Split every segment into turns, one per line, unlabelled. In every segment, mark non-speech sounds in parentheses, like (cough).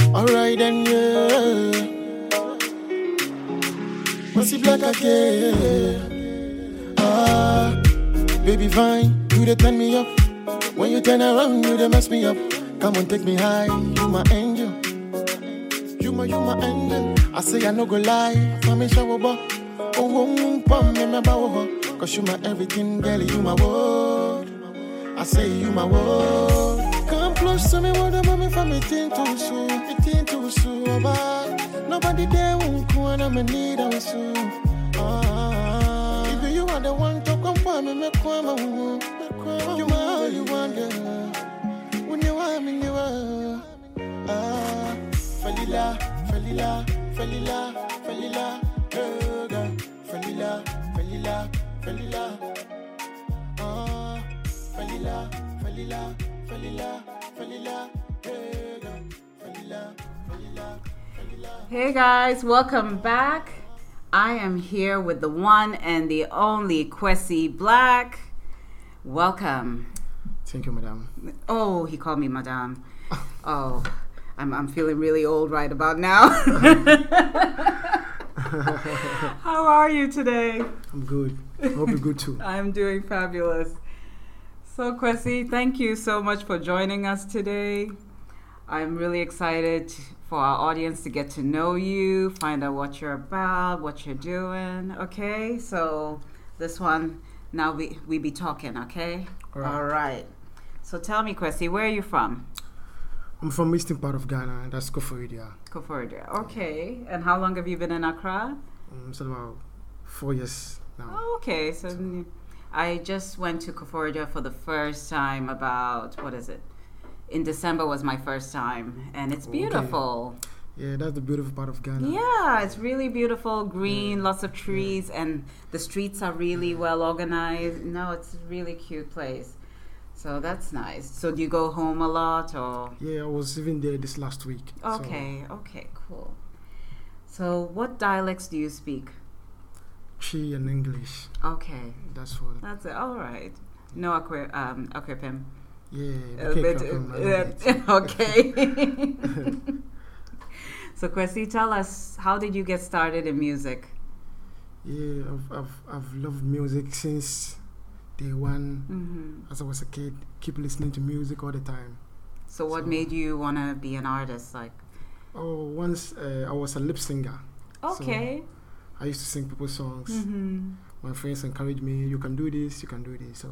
them, yeah. Must black again. Ah, baby, fine, you they turn me up. When you turn around, you they mess me up. Come on, take me high, you my angel. You my, you my angel. I say I no go lie, I'm in shower, but oh, oh, oh, pump me, me, bow, Cause you my everything, girl, you my world. I say you my world. Come close to me, what the mommy for me think too soon, me think too soon, about nobody there won't come and I'm in need of soon. Ah, if you are the one to come for me, me come on, you my all you want, girl. When you are me, you are. Ah, Falila, Falila, Falila, Falila, girl, girl, Falila, Falila, Falila. Ah, Falila, Falila, Falila, Falila, girl, girl, Falila, Falila.
Hey guys, welcome back. I am here with the one and the only Kwesi Black. Welcome.
Thank you, madam.
Oh, he called me madame. Oh, I'm, I'm feeling really old right about now. (laughs) How are you today?
I'm good. I hope you're good too.
I'm doing fabulous. So, Kwesi, thank you so much for joining us today. I'm really excited for our audience to get to know you, find out what you're about, what you're doing. Okay, so this one, now we, we be talking, okay?
All right.
All right. So, tell me, Kwesi, where are you from?
I'm from eastern part of Ghana. That's Koforidia.
Koforidua. Okay, and how long have you been in Accra?
Um, it's about four years now.
Oh, okay. So n- I just went to Koforidua for the first time about what is it? In December was my first time, and it's
Okay.
beautiful.
Yeah, that's the beautiful part of Ghana.
Yeah, it's really beautiful, green, lots of trees, and the streets are really well organized. No, it's a really cute place. So that's nice. So do you go home a lot, or
Yeah, I was even there this last week. so-
okay, okay, cool. So what dialects do you speak?
Chi and English.
Okay,
That's what.
that's it. All right. No aqua, um, aquapim.
Yeah.
Uh,
we
but,
can't come
uh,
around it.
(laughs) uh, okay.
(laughs)
so, Kwesi, tell us how did you get started in music?
Yeah, I've, I've I've loved music since day one.
hmm
As I was a kid, keep listening to music all the time.
So, what
So-
made you want to be an artist? Like,
Oh, once uh, I was a lip singer. So-
okay,
I used to sing people's songs.
hmm
My friends encouraged me. You can do this. You can do this. So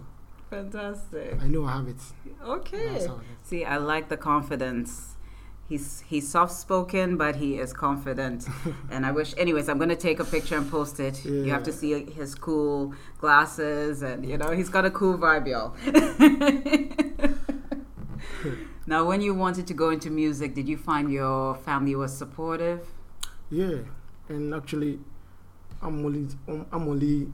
fantastic.
I know I have it. That's
Okay.
how it is.
See, I like the confidence. He's he's soft spoken, but he is
(laughs)
confident. and I wish, anyways, I'm gonna take a picture and post it. You have to
Yeah.
see his cool glasses, and you know he's got a cool vibe,
(laughs)
y'all. now, when you wanted to go into music, did you find your family was supportive?
Yeah, and actually, I'm only um, I'm only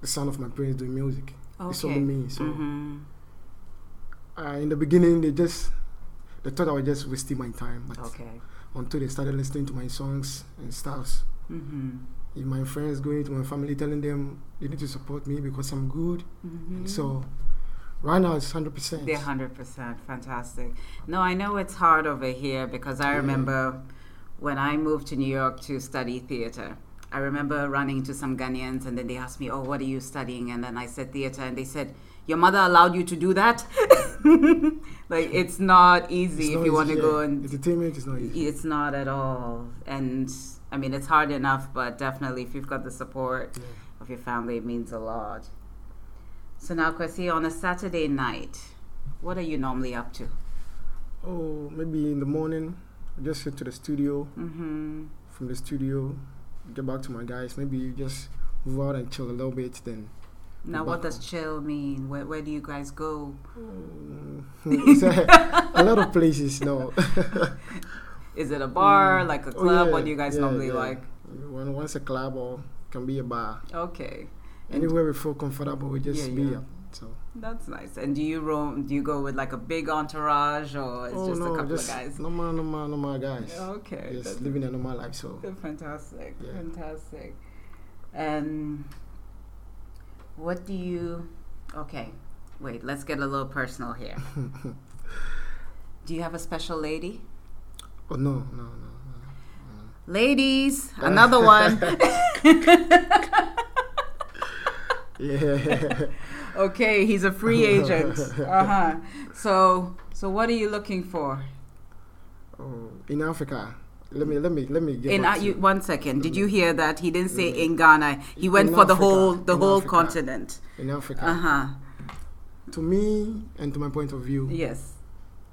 the son of my parents doing music. It's only me. So
hmm
uh, in the beginning, they just they thought I was just wasting my time, but
Okay.
until they started listening to my songs and stuff,
Mm-hmm.
if my friends going to my family telling them you need to support me because I'm good.
Mm-hmm.
So right now it's hundred percent.
They're hundred percent fantastic. No, I know it's hard over here because I
Yeah.
remember when I moved to New York to study theater. I remember running into some Ghanaians and then they asked me, "Oh, what are you studying?" And then I said theater, and they said, "Your mother allowed you to do that." (laughs) like it's not easy if you want to go and
entertainment is not easy.
it's not at all. And I mean, it's hard enough, but definitely if you've got the support
Yeah.
of your family, it means a lot. So now, Kwesi, on a Saturday night, what are you normally up to?
Oh, maybe in the morning, I just head to the studio.
Mm-hmm.
from the studio, get back to my guys. Maybe you just move out and chill a little bit. Then
Now, what
Back
does chill mean? Where, where do you guys go? Hmm.
um, it's (laughs) a, a lot of places now.
Is it a bar,
Mm.
like (laughs) a
Oh,
club?
yeah,
what do you guys
yeah,
normally
yeah.
like?
When once a club or can be a bar,
Okay, And-
anywhere we feel comfortable, we just
Yeah,
be
yeah.
at. So
that's nice. And do you roam? Do you go with like a big entourage, or it's Oh, just a couple
Oh, just
of guys?
normal, normal, normal guys.
Okay, that's-
Just living a normal life. So
Oh, Fantastic,
Yeah.
fantastic. And what do you? Okay, wait.
(laughs)
Let's get a little personal here. do you have a special lady?
Oh, no, no, no. (laughs)
Ladies, another one.
Yeah. (laughs)
okay, he's a free agent. Uh huh. So, so what are you looking for?
oh, in Africa. Let me, let me, let me get
In
back
uh,
to
you, one second, did you hear that? He didn't say
Yeah.
in Ghana. He went
In
for the
Africa,
whole, the
in
whole
Africa.
continent.
in Africa.
Uh huh.
To me and to my point of view,
Yes.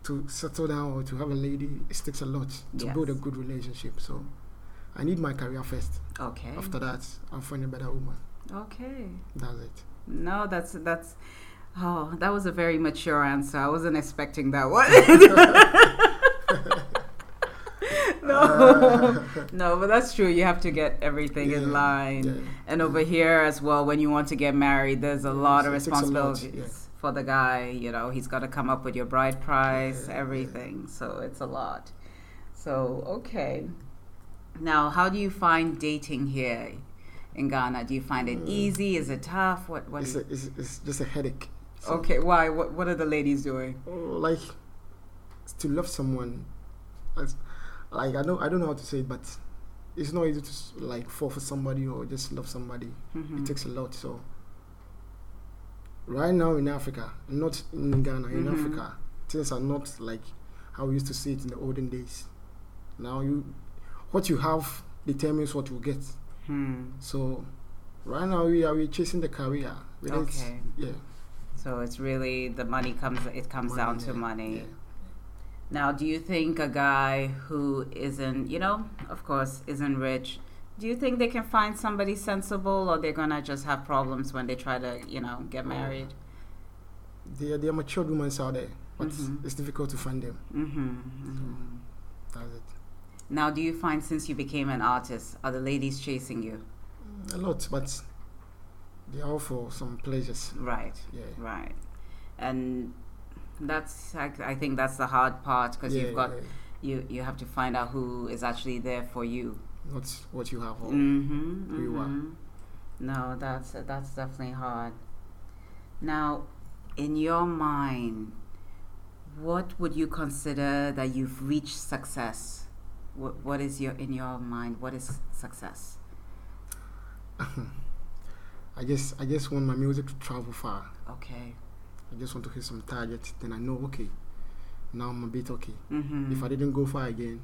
to settle down or to have a lady, it takes a lot to
Yes.
build a good relationship. So I need my career first.
Okay.
After that, I'll find a better woman.
Okay.
That's it.
No, that's that's. Oh, that was a very mature answer. I wasn't expecting that
(laughs)
one. (laughs) no,
(laughs)
no, but that's true. You have to get everything in
Yeah,
line.
yeah.
And over here as well, when you want to get married, there's a lot of
it takes a lot,
responsibilities
yeah.
for the guy. You know, he's got to come up with your bride price,
Yeah, yeah.
everything. So it's a lot. So okay. Now, how do you find dating here in Ghana? Do you find it
Mm.
easy? Is it tough? What? What?
It's,
do
a,
you-
it's, it's just a headache. So,
okay. Why? What? What are the ladies doing?
oh, like to love someone, as- like I know I don't know how to say it, but it's not easy to s- like fall for somebody or just love somebody.
Mhm.
It takes a lot. So right now in Africa, not in Ghana, in
Mhm.
Africa, things are not like how we used to see it in the olden days. Now you, what you have determines what you get.
Hmm.
So right now we are we chasing the career. It is-
Okay.
Yeah.
So it's really the money comes. It comes
money,
down to
yeah,
money.
yeah.
Now, do you think a guy who isn't, you know, of course, isn't rich, do you think they can find somebody sensible, or they're gonna just have problems when they try to, you know, get married?
There, are- there are matured women out there, but
Mhm.
it's difficult to find them.
Mm-hmm.
That's it.
Now, do you find since you became an artist, are the ladies chasing you?
A lot, but they are all for some pleasures.
Right,
Yeah.
right, and that's I, I think that's the hard part because
yeah,
you've got
yeah.
you you have to find out who is actually there for you.
not what you have. Or,
Mm-hmm,
who you are.
No, that's that's definitely hard. Now, in your mind, what would you consider that you've reached success? What what is your in your mind? What is success?
I just I just want my music to travel far.
Okay.
I just want to hit some target. Then I know okay, now I'm a bit okay.
Mm-hmm.
If I didn't go far again,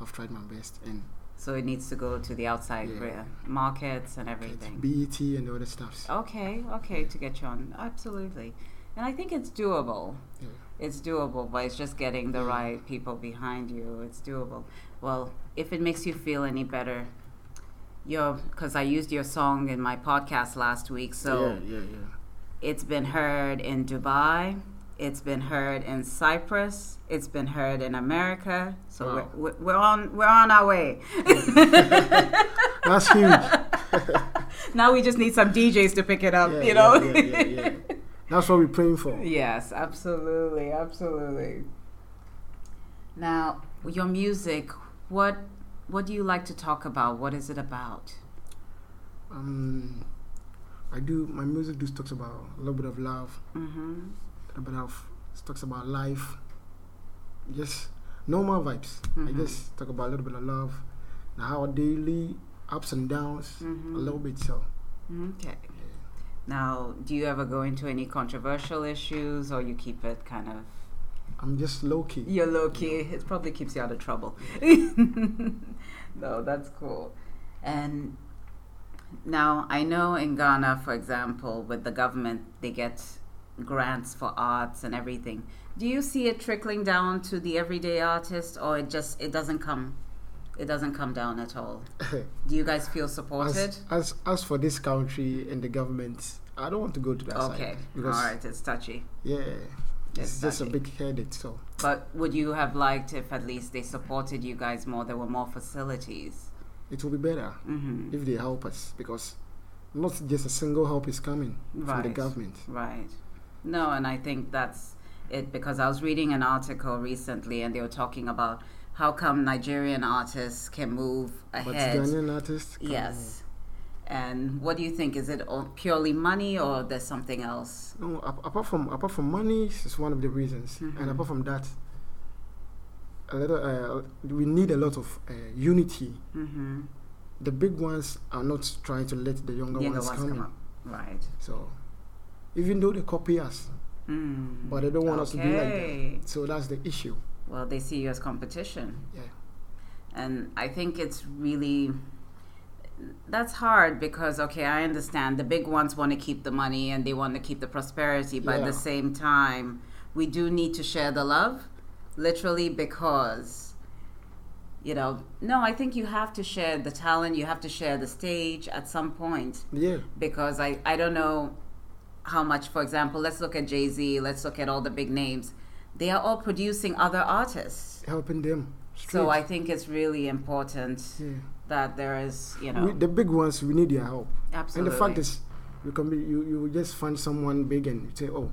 I've tried my best and
so it needs to go to the outside
Yeah.
re- markets and
get
everything.
BET E and the other stuffs.
Okay, okay, to get you on. Absolutely. And I think it's doable.
Yeah.
It's doable, but it's just getting the right people behind you. It's doable. Well, if it makes you feel any better, your because I used your song in my podcast last week, so
yeah, yeah, yeah.
it's been heard in Dubai, it's been heard in Cyprus, it's been heard in America. So
Wow.
we're, we're- we're on we're on our way.
That's huge.
(laughs) now we just need some DJs to pick it up,
Yeah,
you know.
yeah, yeah, yeah,
(laughs)
yeah. That's what we're praying for.
Yes, absolutely, absolutely. Now, your music, what what do you like to talk about? What is it about?
Um, I do my music just talks about a little bit of love,
Mm-hmm.
a little bit of talks about life. Just normal vibes. I
Mhm.
just talk about a little bit of love, and how daily ups and downs,
Mhm.
a little bit. So
Okay. Now, do you ever go into any controversial issues, or you keep it kind of
I'm just low key.
you're low key? It probably keeps you out of trouble. (laughs) no, that's cool. And now I know in Ghana, for example, with the government, they get grants for arts and everything. Do you see it trickling down to the everyday artist, or it just it doesn't come, it doesn't come down at all?
(laughs)
Do you guys feel supported?
as, as as for this country and the government, I don't want to go to that
Okay,
side
all
because
right, it's touchy.
yeah,
It's
it's just a
touchy.
big headache. So
But would you have liked if at least they supported you guys more? There were more facilities.
it will be better
hmm
if they help us because not just a single help is coming from the
Right.
government.
Right. No, and I think that's it because I was reading an article recently and they were talking about how come Nigerian artists can move
But
ahead.
Ghanaian artists, come
Yes. And what do you think? Is it all purely money or there's something else?
on. No, ap- apart from apart from money, it's one of the reasons,
Mhm.
and apart from that, a little, uh, we need a lot of uh, unity.
Mm-hmm.
The big ones are not trying to let the younger
The
ones
ones
come in.
come up. Right.
So, even though they copy us,
Mm.
but they don't want us to be like that.
Okay.
So that's the issue.
Well, they see you as competition.
Yeah.
And I think it's really that's hard because okay, I understand the big ones want to keep the money and they want to keep the prosperity, but at
Yeah.
the same time, we do need to share the love literally because you know, no, I think you have to share the talent, you have to share the stage at some point
Yeah.
because I, I don't know how much, for example, let's look at Jay Z, let's look at all the big names. They are all producing other artists.
Helping them.
So I think it's really important
Yeah.
that there is, you know,
We, the big ones, we need their help.
absolutely.
And the fact is, you can be you, you will just find someone big and you say, oh,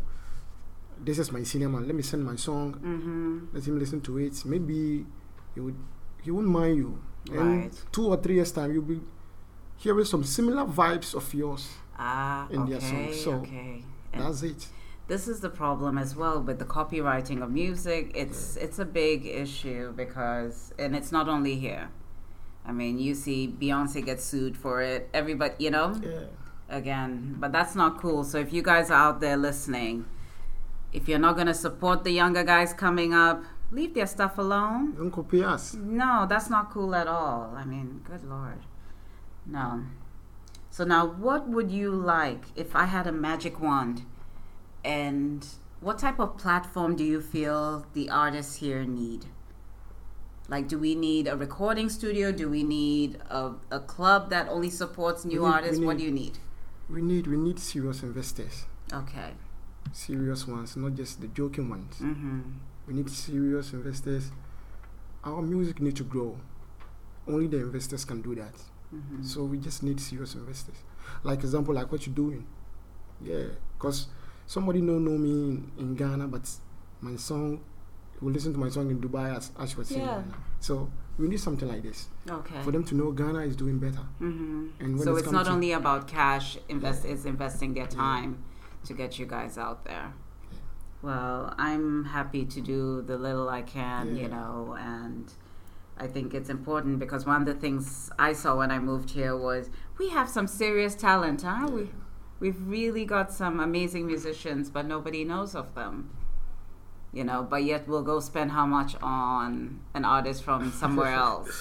this is my senior man. Let me send my song.
mm-hmm.
Let him listen to it. Maybe he would he won't mind you. And
Right.
two or three years time, you'll be hearing some similar vibes of yours.
Ah,
in
okay,
their songs, so
okay. And
That's it.
this is the problem as well with the copywriting of music. It's it's a big issue because, and it's not only here. I mean, you see, Beyonce gets sued for it. Everybody, you know,
Yeah.
again but that's not cool so if you guys are out there listening if you're not going to support the younger guys coming up leave their stuff alone
Don't copy us.
no that's not cool at all i mean good lord no so now what would you like if i had a magic wand and what type of platform do you feel the artists here need like do we need a recording studio do we need a, a club that only supports new
We need- we
artists what
need-
do you need
We need we need serious investors,
Okay.
serious ones, not just the joking ones.
Mm-hmm.
We need serious investors. Our music need to grow. Only the investors can do that.
Mm-hmm.
So we just need serious investors. Like example, like what you're doing. Yeah, because somebody don't know me in, in Ghana, but my song, you will listen to my song in Dubai as as you were saying.
Yeah.
So we need something like this
okay.
for them to know Ghana is doing better.
mm-hmm.
And when
So
it's
it's
come
not
to-
only about cash. Invest
Yeah.
it's investing their
Yeah.
time to get you guys out there.
Yeah.
Well, I'm happy to do the little I can, you
Yeah.
know, and I think it's important because one of the things I saw when I moved here was we have some serious talent, huh? We
Yeah.
we've really got some amazing musicians, but nobody knows of them. You know, but yet we'll go spend how much on an artist from
(laughs)
somewhere else.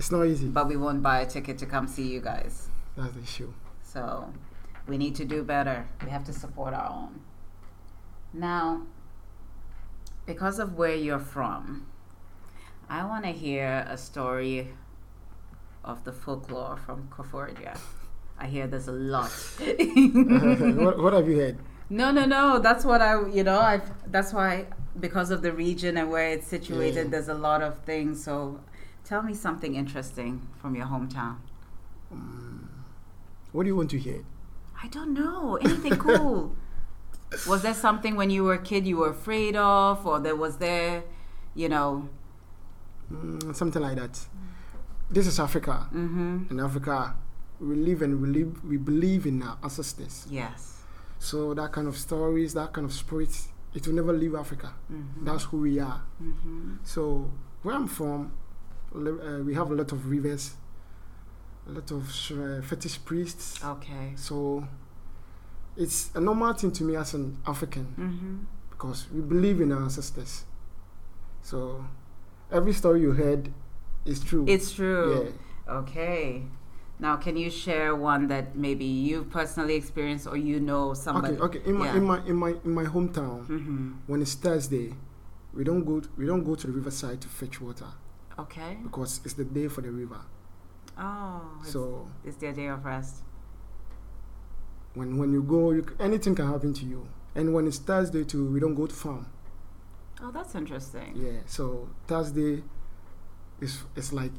It's not easy.
but we won't buy a ticket to come see you guys.
That's the issue.
(laughs)
(laughs)
So we need to do better. We have to support our own. Now, because of where you're from, I want to hear a story of the folklore from Koforidua. I hear there's a lot.
what, what have you heard?
No, no, no. That's what I, you know, I. That's why, because of the region and where it's situated,
Yeah.
there's a lot of things. So, tell me something interesting from your hometown.
Mm. What do you want to hear?
I don't know.
(laughs)
Anything cool? was there something when you were a kid you were afraid of, or there was there, you know?
Mm, something like that. This is Africa.
Mm-hmm.
In Africa, we live and we live. We believe in our ancestors.
Yes.
So that kind of stories, that kind of spirit, it will never leave Africa.
Mm-hmm.
That's who we are.
mm-hmm.
So where I'm from, li- uh, we have a lot of rivers, a lot of sh- uh, fetish priests.
Ah. Okay.
So it's a normal thing to me as an African.
Mm-hmm.
because we believe in our ancestors. So every story you heard is true.
It's
yeah.
true. Okay. Now, can you share one that maybe you personally experienced, or you know somebody?
Okay, okay. In my
yeah.
in my in my in my hometown,
Mm-hmm.
when it's Thursday, we don't go we don't go to the riverside to fetch water
Okay.
because it's the day for the river.
Oh. It's,
So
it's their day of rest.
when when you go, you, c- anything can happen to you. And when it's Thursday too, we don't go to farm.
Oh, that's interesting.
Yeah. So Thursday, is it's like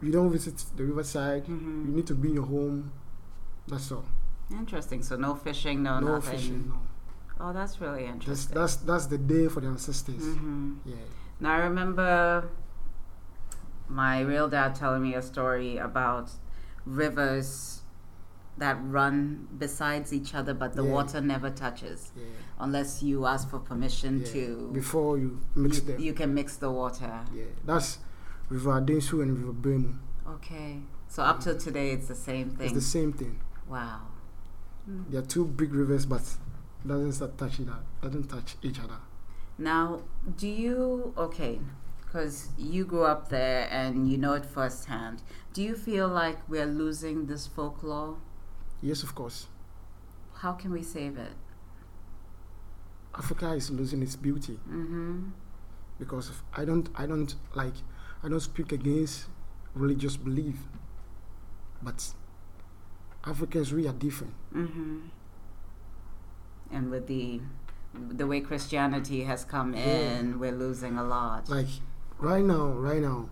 you don't visit the riverside. You
Mm-hmm.
need to be in your home. That's all.
Interesting. So no fishing, no,
no
nothing.
fishing. No.
Oh, that's really
That's
interesting.
that's that's the day for the ancestors.
hmm
Yeah.
Now I remember my real dad telling me a story about rivers that run besides each other, but the
Yeah.
water never touches
Yeah.
unless you ask for permission
yeah.
to.
Before you mix
you,
them.
you can mix the water.
Yeah. That's River Adensu and River Bremu.
Okay. So up till today, it's the same
It's
thing.
the same thing.
wow. Mm.
They are two big rivers, but doesn't start touching that. Doesn't touch each other.
Now, do you okay? Because you grew up there and you know it firsthand. Do you feel like we're losing this folklore?
Yes, of course.
How can we save it?
Africa is losing its beauty
Mm-hmm.
because of, I don't, I don't like, I don't speak against religious belief, but Africans we are different.
Mm-hmm. And with the the way Christianity has come in, we're losing a lot.
Like right now, right now,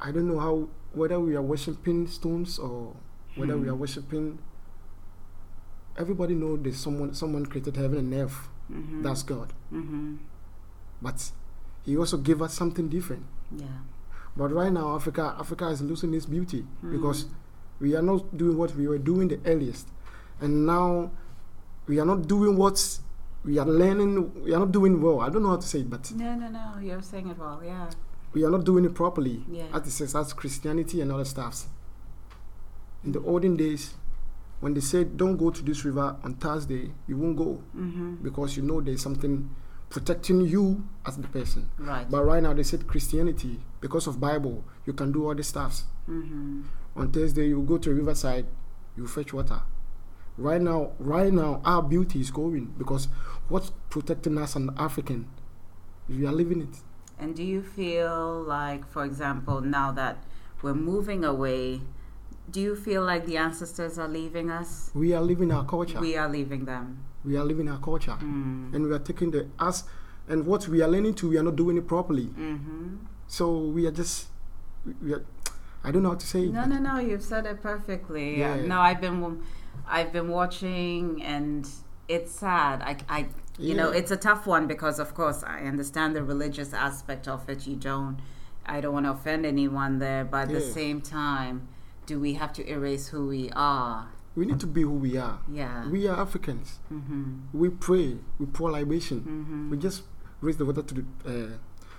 I don't know how whether we are worshiping stones or whether we
Hmm.
are worshiping. Everybody know there's someone, someone created heaven and earth.
Mm-hmm.
That's God.
mm-hmm.
but he also gave us something different.
yeah.
But right now, Africa, Africa is losing its beauty
Mm.
because we are not doing what we were doing the earliest, and now we are not doing what we are learning. We are not doing well. I don't know how to say it, but
No, no, no. You're saying it well. Yeah.
we are not doing it properly.
Yeah.
As it says, that's Christianity and other stuffs. In the olden days, when they said, "Don't go to this river on Thursday," you won't go
Mm-hmm.
because you know there's something protecting you as the person.
Right.
But right now they said Christianity, because of Bible, you can do all the stuffs.
mm-hmm.
On Thursday you go to riverside, you fetch water. Right now, right now our beauty is going because what's protecting us and African? We are living it.
And do you feel like, for example, now that we're moving away, do you feel like the ancestors are leaving us?
We are living our culture.
We are leaving them.
We are living our culture.
Mm.
Oh, And we are taking the us and what we are learning to we are not doing it properly.
Mm-hmm.
So we are just we are I don't know how to say it.
No, no, no. You've said it perfectly. Um,
Yeah.
No, I've been, I've been watching, and it's sad. I, I you know,
Yeah.
it's a tough one because, of course, I understand the religious aspect of it. You don't. I don't want to offend anyone there, but at the
Yeah.
same time, do we have to erase who we are?
We need to be who we are.
Yeah.
We are Africans.
mm-hmm.
We pray, we pour libation.
Mm-hmm.
We just raise the water to the uh,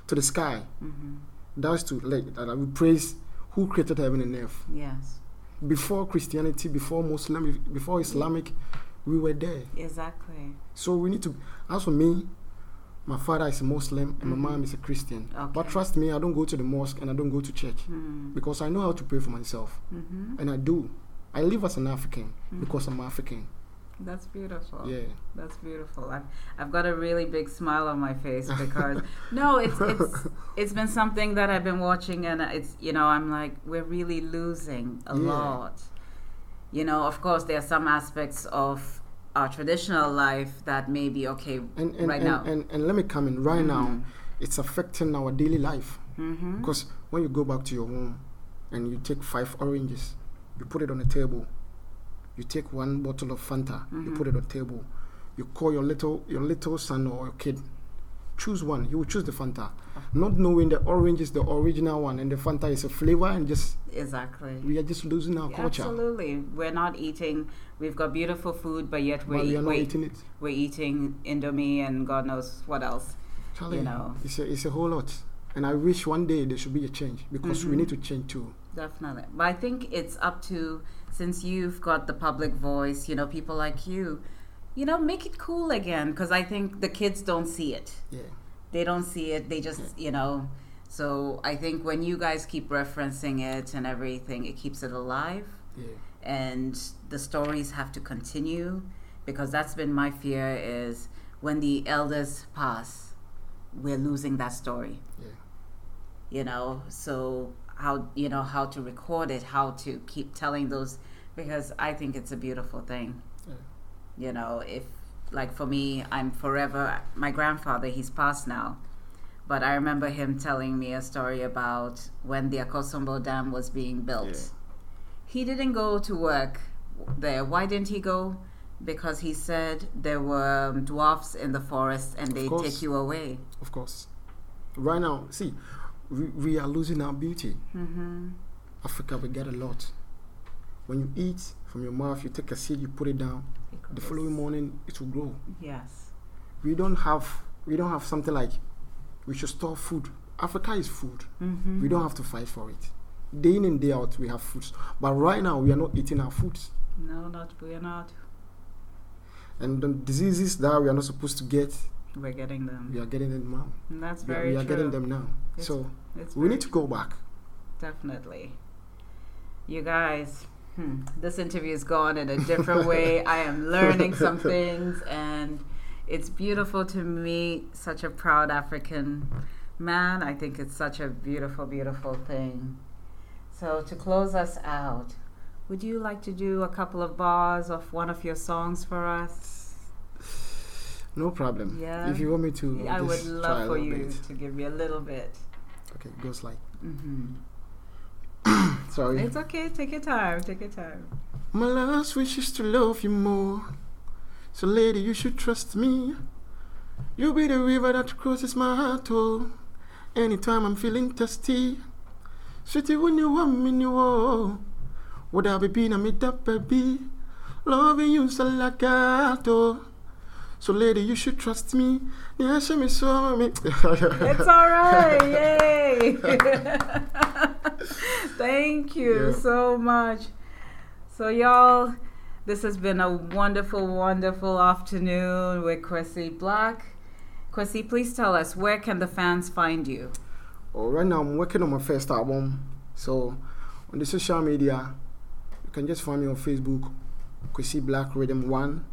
to the sky.
Mm-hmm.
That's to like that we praise who created heaven and earth.
Yes,
Before Christianity, before Muslim, before Islamic, we were there.
exactly.
So we need to. As for me, my father is a Muslim and
Mhm.
my mom is a Christian. But
Okay.
trust me, I don't go to the mosque and I don't go to church
Mm.
because I know how to pray for myself,
hmm
and I do. I live as an African
Mhm.
because I'm African.
That's beautiful.
Yeah.
That's beautiful. I've, I've got a really big smile on my
(laughs)
face because no, it's it's it's been something that I've been watching, and it's you know I'm like we're really losing a
Yeah.
lot. You know, of course, there are some aspects of our traditional life that may be okay
And and
right
and,
now.
and and let me come in right now. It's affecting our daily life.
mm-hmm.
Because when you go back to your home and you take five oranges, you put it on the table. You take one bottle of Fanta, you
Mhm.
put it on the table. You call your little your little son or your kid. Choose one. He will choose the Fanta,
Uh-huh.
not knowing the orange is the original one and the Fanta is a flavor. And just
Mm-hmm. exactly.
we are just losing our
Yeah,
culture.
Absolutely. We're not eating. We've got beautiful food, but yet we're,
But we are not
we're,
eating it.
we're eating Indomie and God knows what else.
Charlie,
you know.
it's a it's a whole lot. And I wish one day there should be a change because we
Mhm.
need to change too.
Definitely. But I think it's up to, since you've got the public voice, you know, people like you, you know, make it cool again because I think the kids don't see it.
Yeah.
They don't see it. They just, you know. So I think when you guys keep referencing it and everything, it keeps it alive.
Yeah.
and the stories have to continue because that's been my fear is when the elders pass we're losing that story
Yeah.
you know so how you know how to record it how to keep telling those because i think it's a beautiful thing
Yeah.
you know if like for me i'm forever my grandfather he's passed now but i remember him telling me a story about when the akosombo dam was being built
Yeah.
he didn't go to work there why didn't he go because he said there were um, dwarfs in the forest and they
course.
take you away
Of course. Right now, see, we, we are losing our beauty.
hmm
Africa, we get a lot. When you eat from your mouth, you take a seed, you put it down. The
Because-
following morning, it will grow.
Yes.
We don't have we don't have something like we should store food. Africa is food.
Mm-hmm.
We don't have to fight for it. Day in and day out, we have foods. But right now, we are not eating our foods.
No, not we're not.
And the diseases that we are not supposed to get,
We're getting them.
we are getting them now.
And that's
We are-
very
we are
true.
getting them now.
Yes.
So
It's
we
very
need to go back.
Definitely. You guys, hmm, this interview is gone in a different way. I
(laughs)
am learning some things, and it's beautiful to meet such a proud African man. I think it's such a beautiful, beautiful thing. So, to close us out, would you like to do a couple of bars of one of your songs for us?
No problem.
Yeah.
If you want me to,
I would
just try
love
a
for
little
you
bit.
to give me a little bit.
Okay, it goes like. Mm-hmm.
hmm
Sorry.
It's okay. Take your time. Take your time.
(laughs) My last wish is to love you more. So, lady, you should trust me. You'll be the river that crosses my heart, oh. Anytime I'm feeling thirsty. Sweetie, when you want me, you oh. Would I be being a made up, baby? Loving you, so like that, oh. So, lady, you should trust me. Yeah, show me so me.
It's all
(laughs)
right. Yay. (laughs) Thank you
Yeah.
so much. So, y'all, this has been a wonderful, wonderful afternoon with Kwesi Black. Kwesi, please tell us where can the fans find you?
Oh, right now I'm working on my first album. So on the social media, you can just find me on Facebook, Chrissy Black Rhythm One.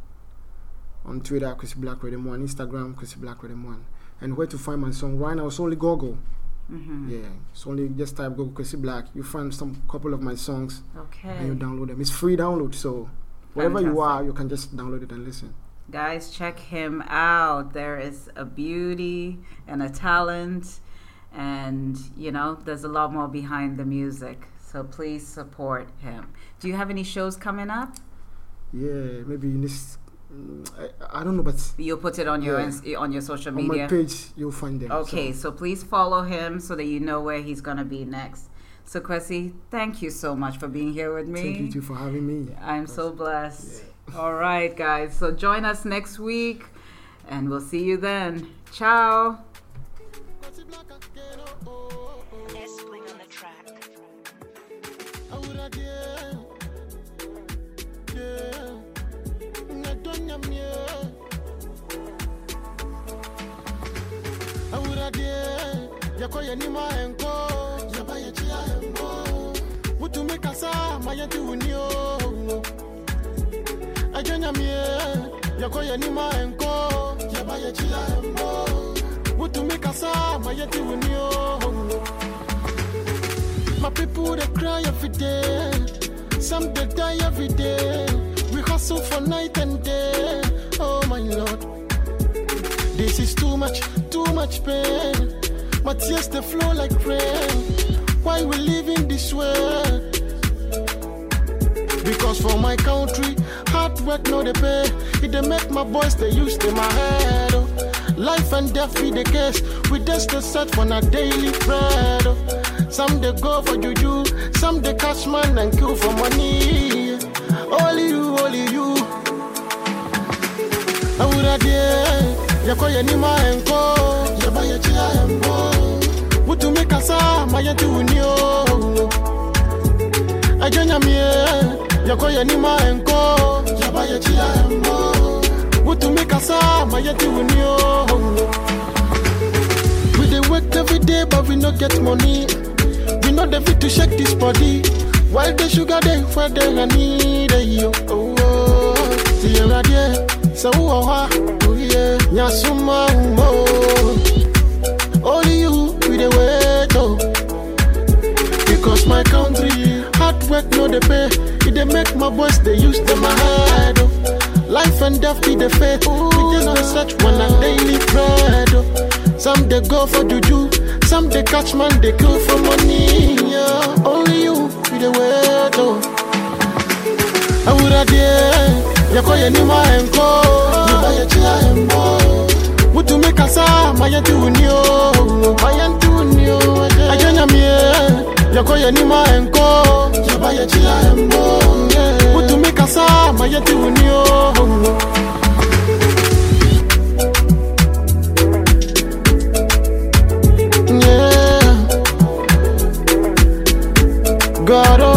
On Twitter, Chrissy Black Rhythm One. Instagram, Chrissy Black Rhythm One. And where to find my song? Right now it's only Google.
hmm
Yeah, it's only just type Google Chrissy Black. You find some couple of my songs and you
Okay.
download them. It's free download, so wherever you
Fantastic.
are, you can just download it and listen.
Guys, check him out. There is a beauty and a talent, and you know, there's a lot more behind the music. So please support him. Do you have any shows coming up?
Yeah, maybe in this, mm, I, I don't know, but
You'll put it on your
Yeah.
ins- on your social
on my
media.
page you'll find them. so-
Okay, so please follow him so that you know where he's gonna be next. So Kwesi, thank you so much for being here with me.
Thank you too for having me.
I'm so blessed. All right, guys. So join us next week, and we'll see you then. Ciao.
Let's swing on the track.
I would again. Yeah. Na donya mie. I would again. Yako ye ni ma enko. Yaba ye chia enko. Wutu me kasa ma ye ti wuni o. Ajonya mie. Yako ye ni ma enko. Yaba ye chia enko. Wutu me kasa ma ye ti wuni o. My people they cry every day. Some they die every day. We hustle for night and day. Oh my lord. This is too much, too much pain. My tears they flow like rain. Why we living this way? Because for my country, hard work no they pay. It they make my boys they use them my head. oh. Life and death be the case. We just the set for our daily bread. oh. Some they go for juju, some they cash man and kill for money. Only you, only you. awurade yɛkɔ yɛ nima ɛnkɔ yɛba yɛkyea ɛnkɔ wotumi kasa ma yɛte wo ni o agya nyameɛ yɛkɔ yɛ nima ɛnkɔ yɛba yɛkyea ɛnkɔ wotumi kasa ma yɛte wo ni o we dey work every day but we no get money we no dey fit to shake this body while the sugar dey for the honey dey yo. Oh, oh. ti yẹra díẹ̀ sanwó ọ̀há òye yasuma Oh, umo only you we dey wait oh. o. because my country hard work no dey pay e dey make my boys dey use dem ahead o. life and death be the fate we just dey search for na daily bread o. some dey go for juju some dey catch man dey kill for money yeah. only you we dey wait o. Oh. awurade yɛkɔ yɛ nima ɛnkɔ yɛba yɛkyea ɛmbɔ wotumi kasa ma yɛnte wo nio ma yɛnte wo nio agya nyameɛ yakoye n'imarenko yabaye kirayembo utumika saa mayeti uniyo Yeah. God, oh.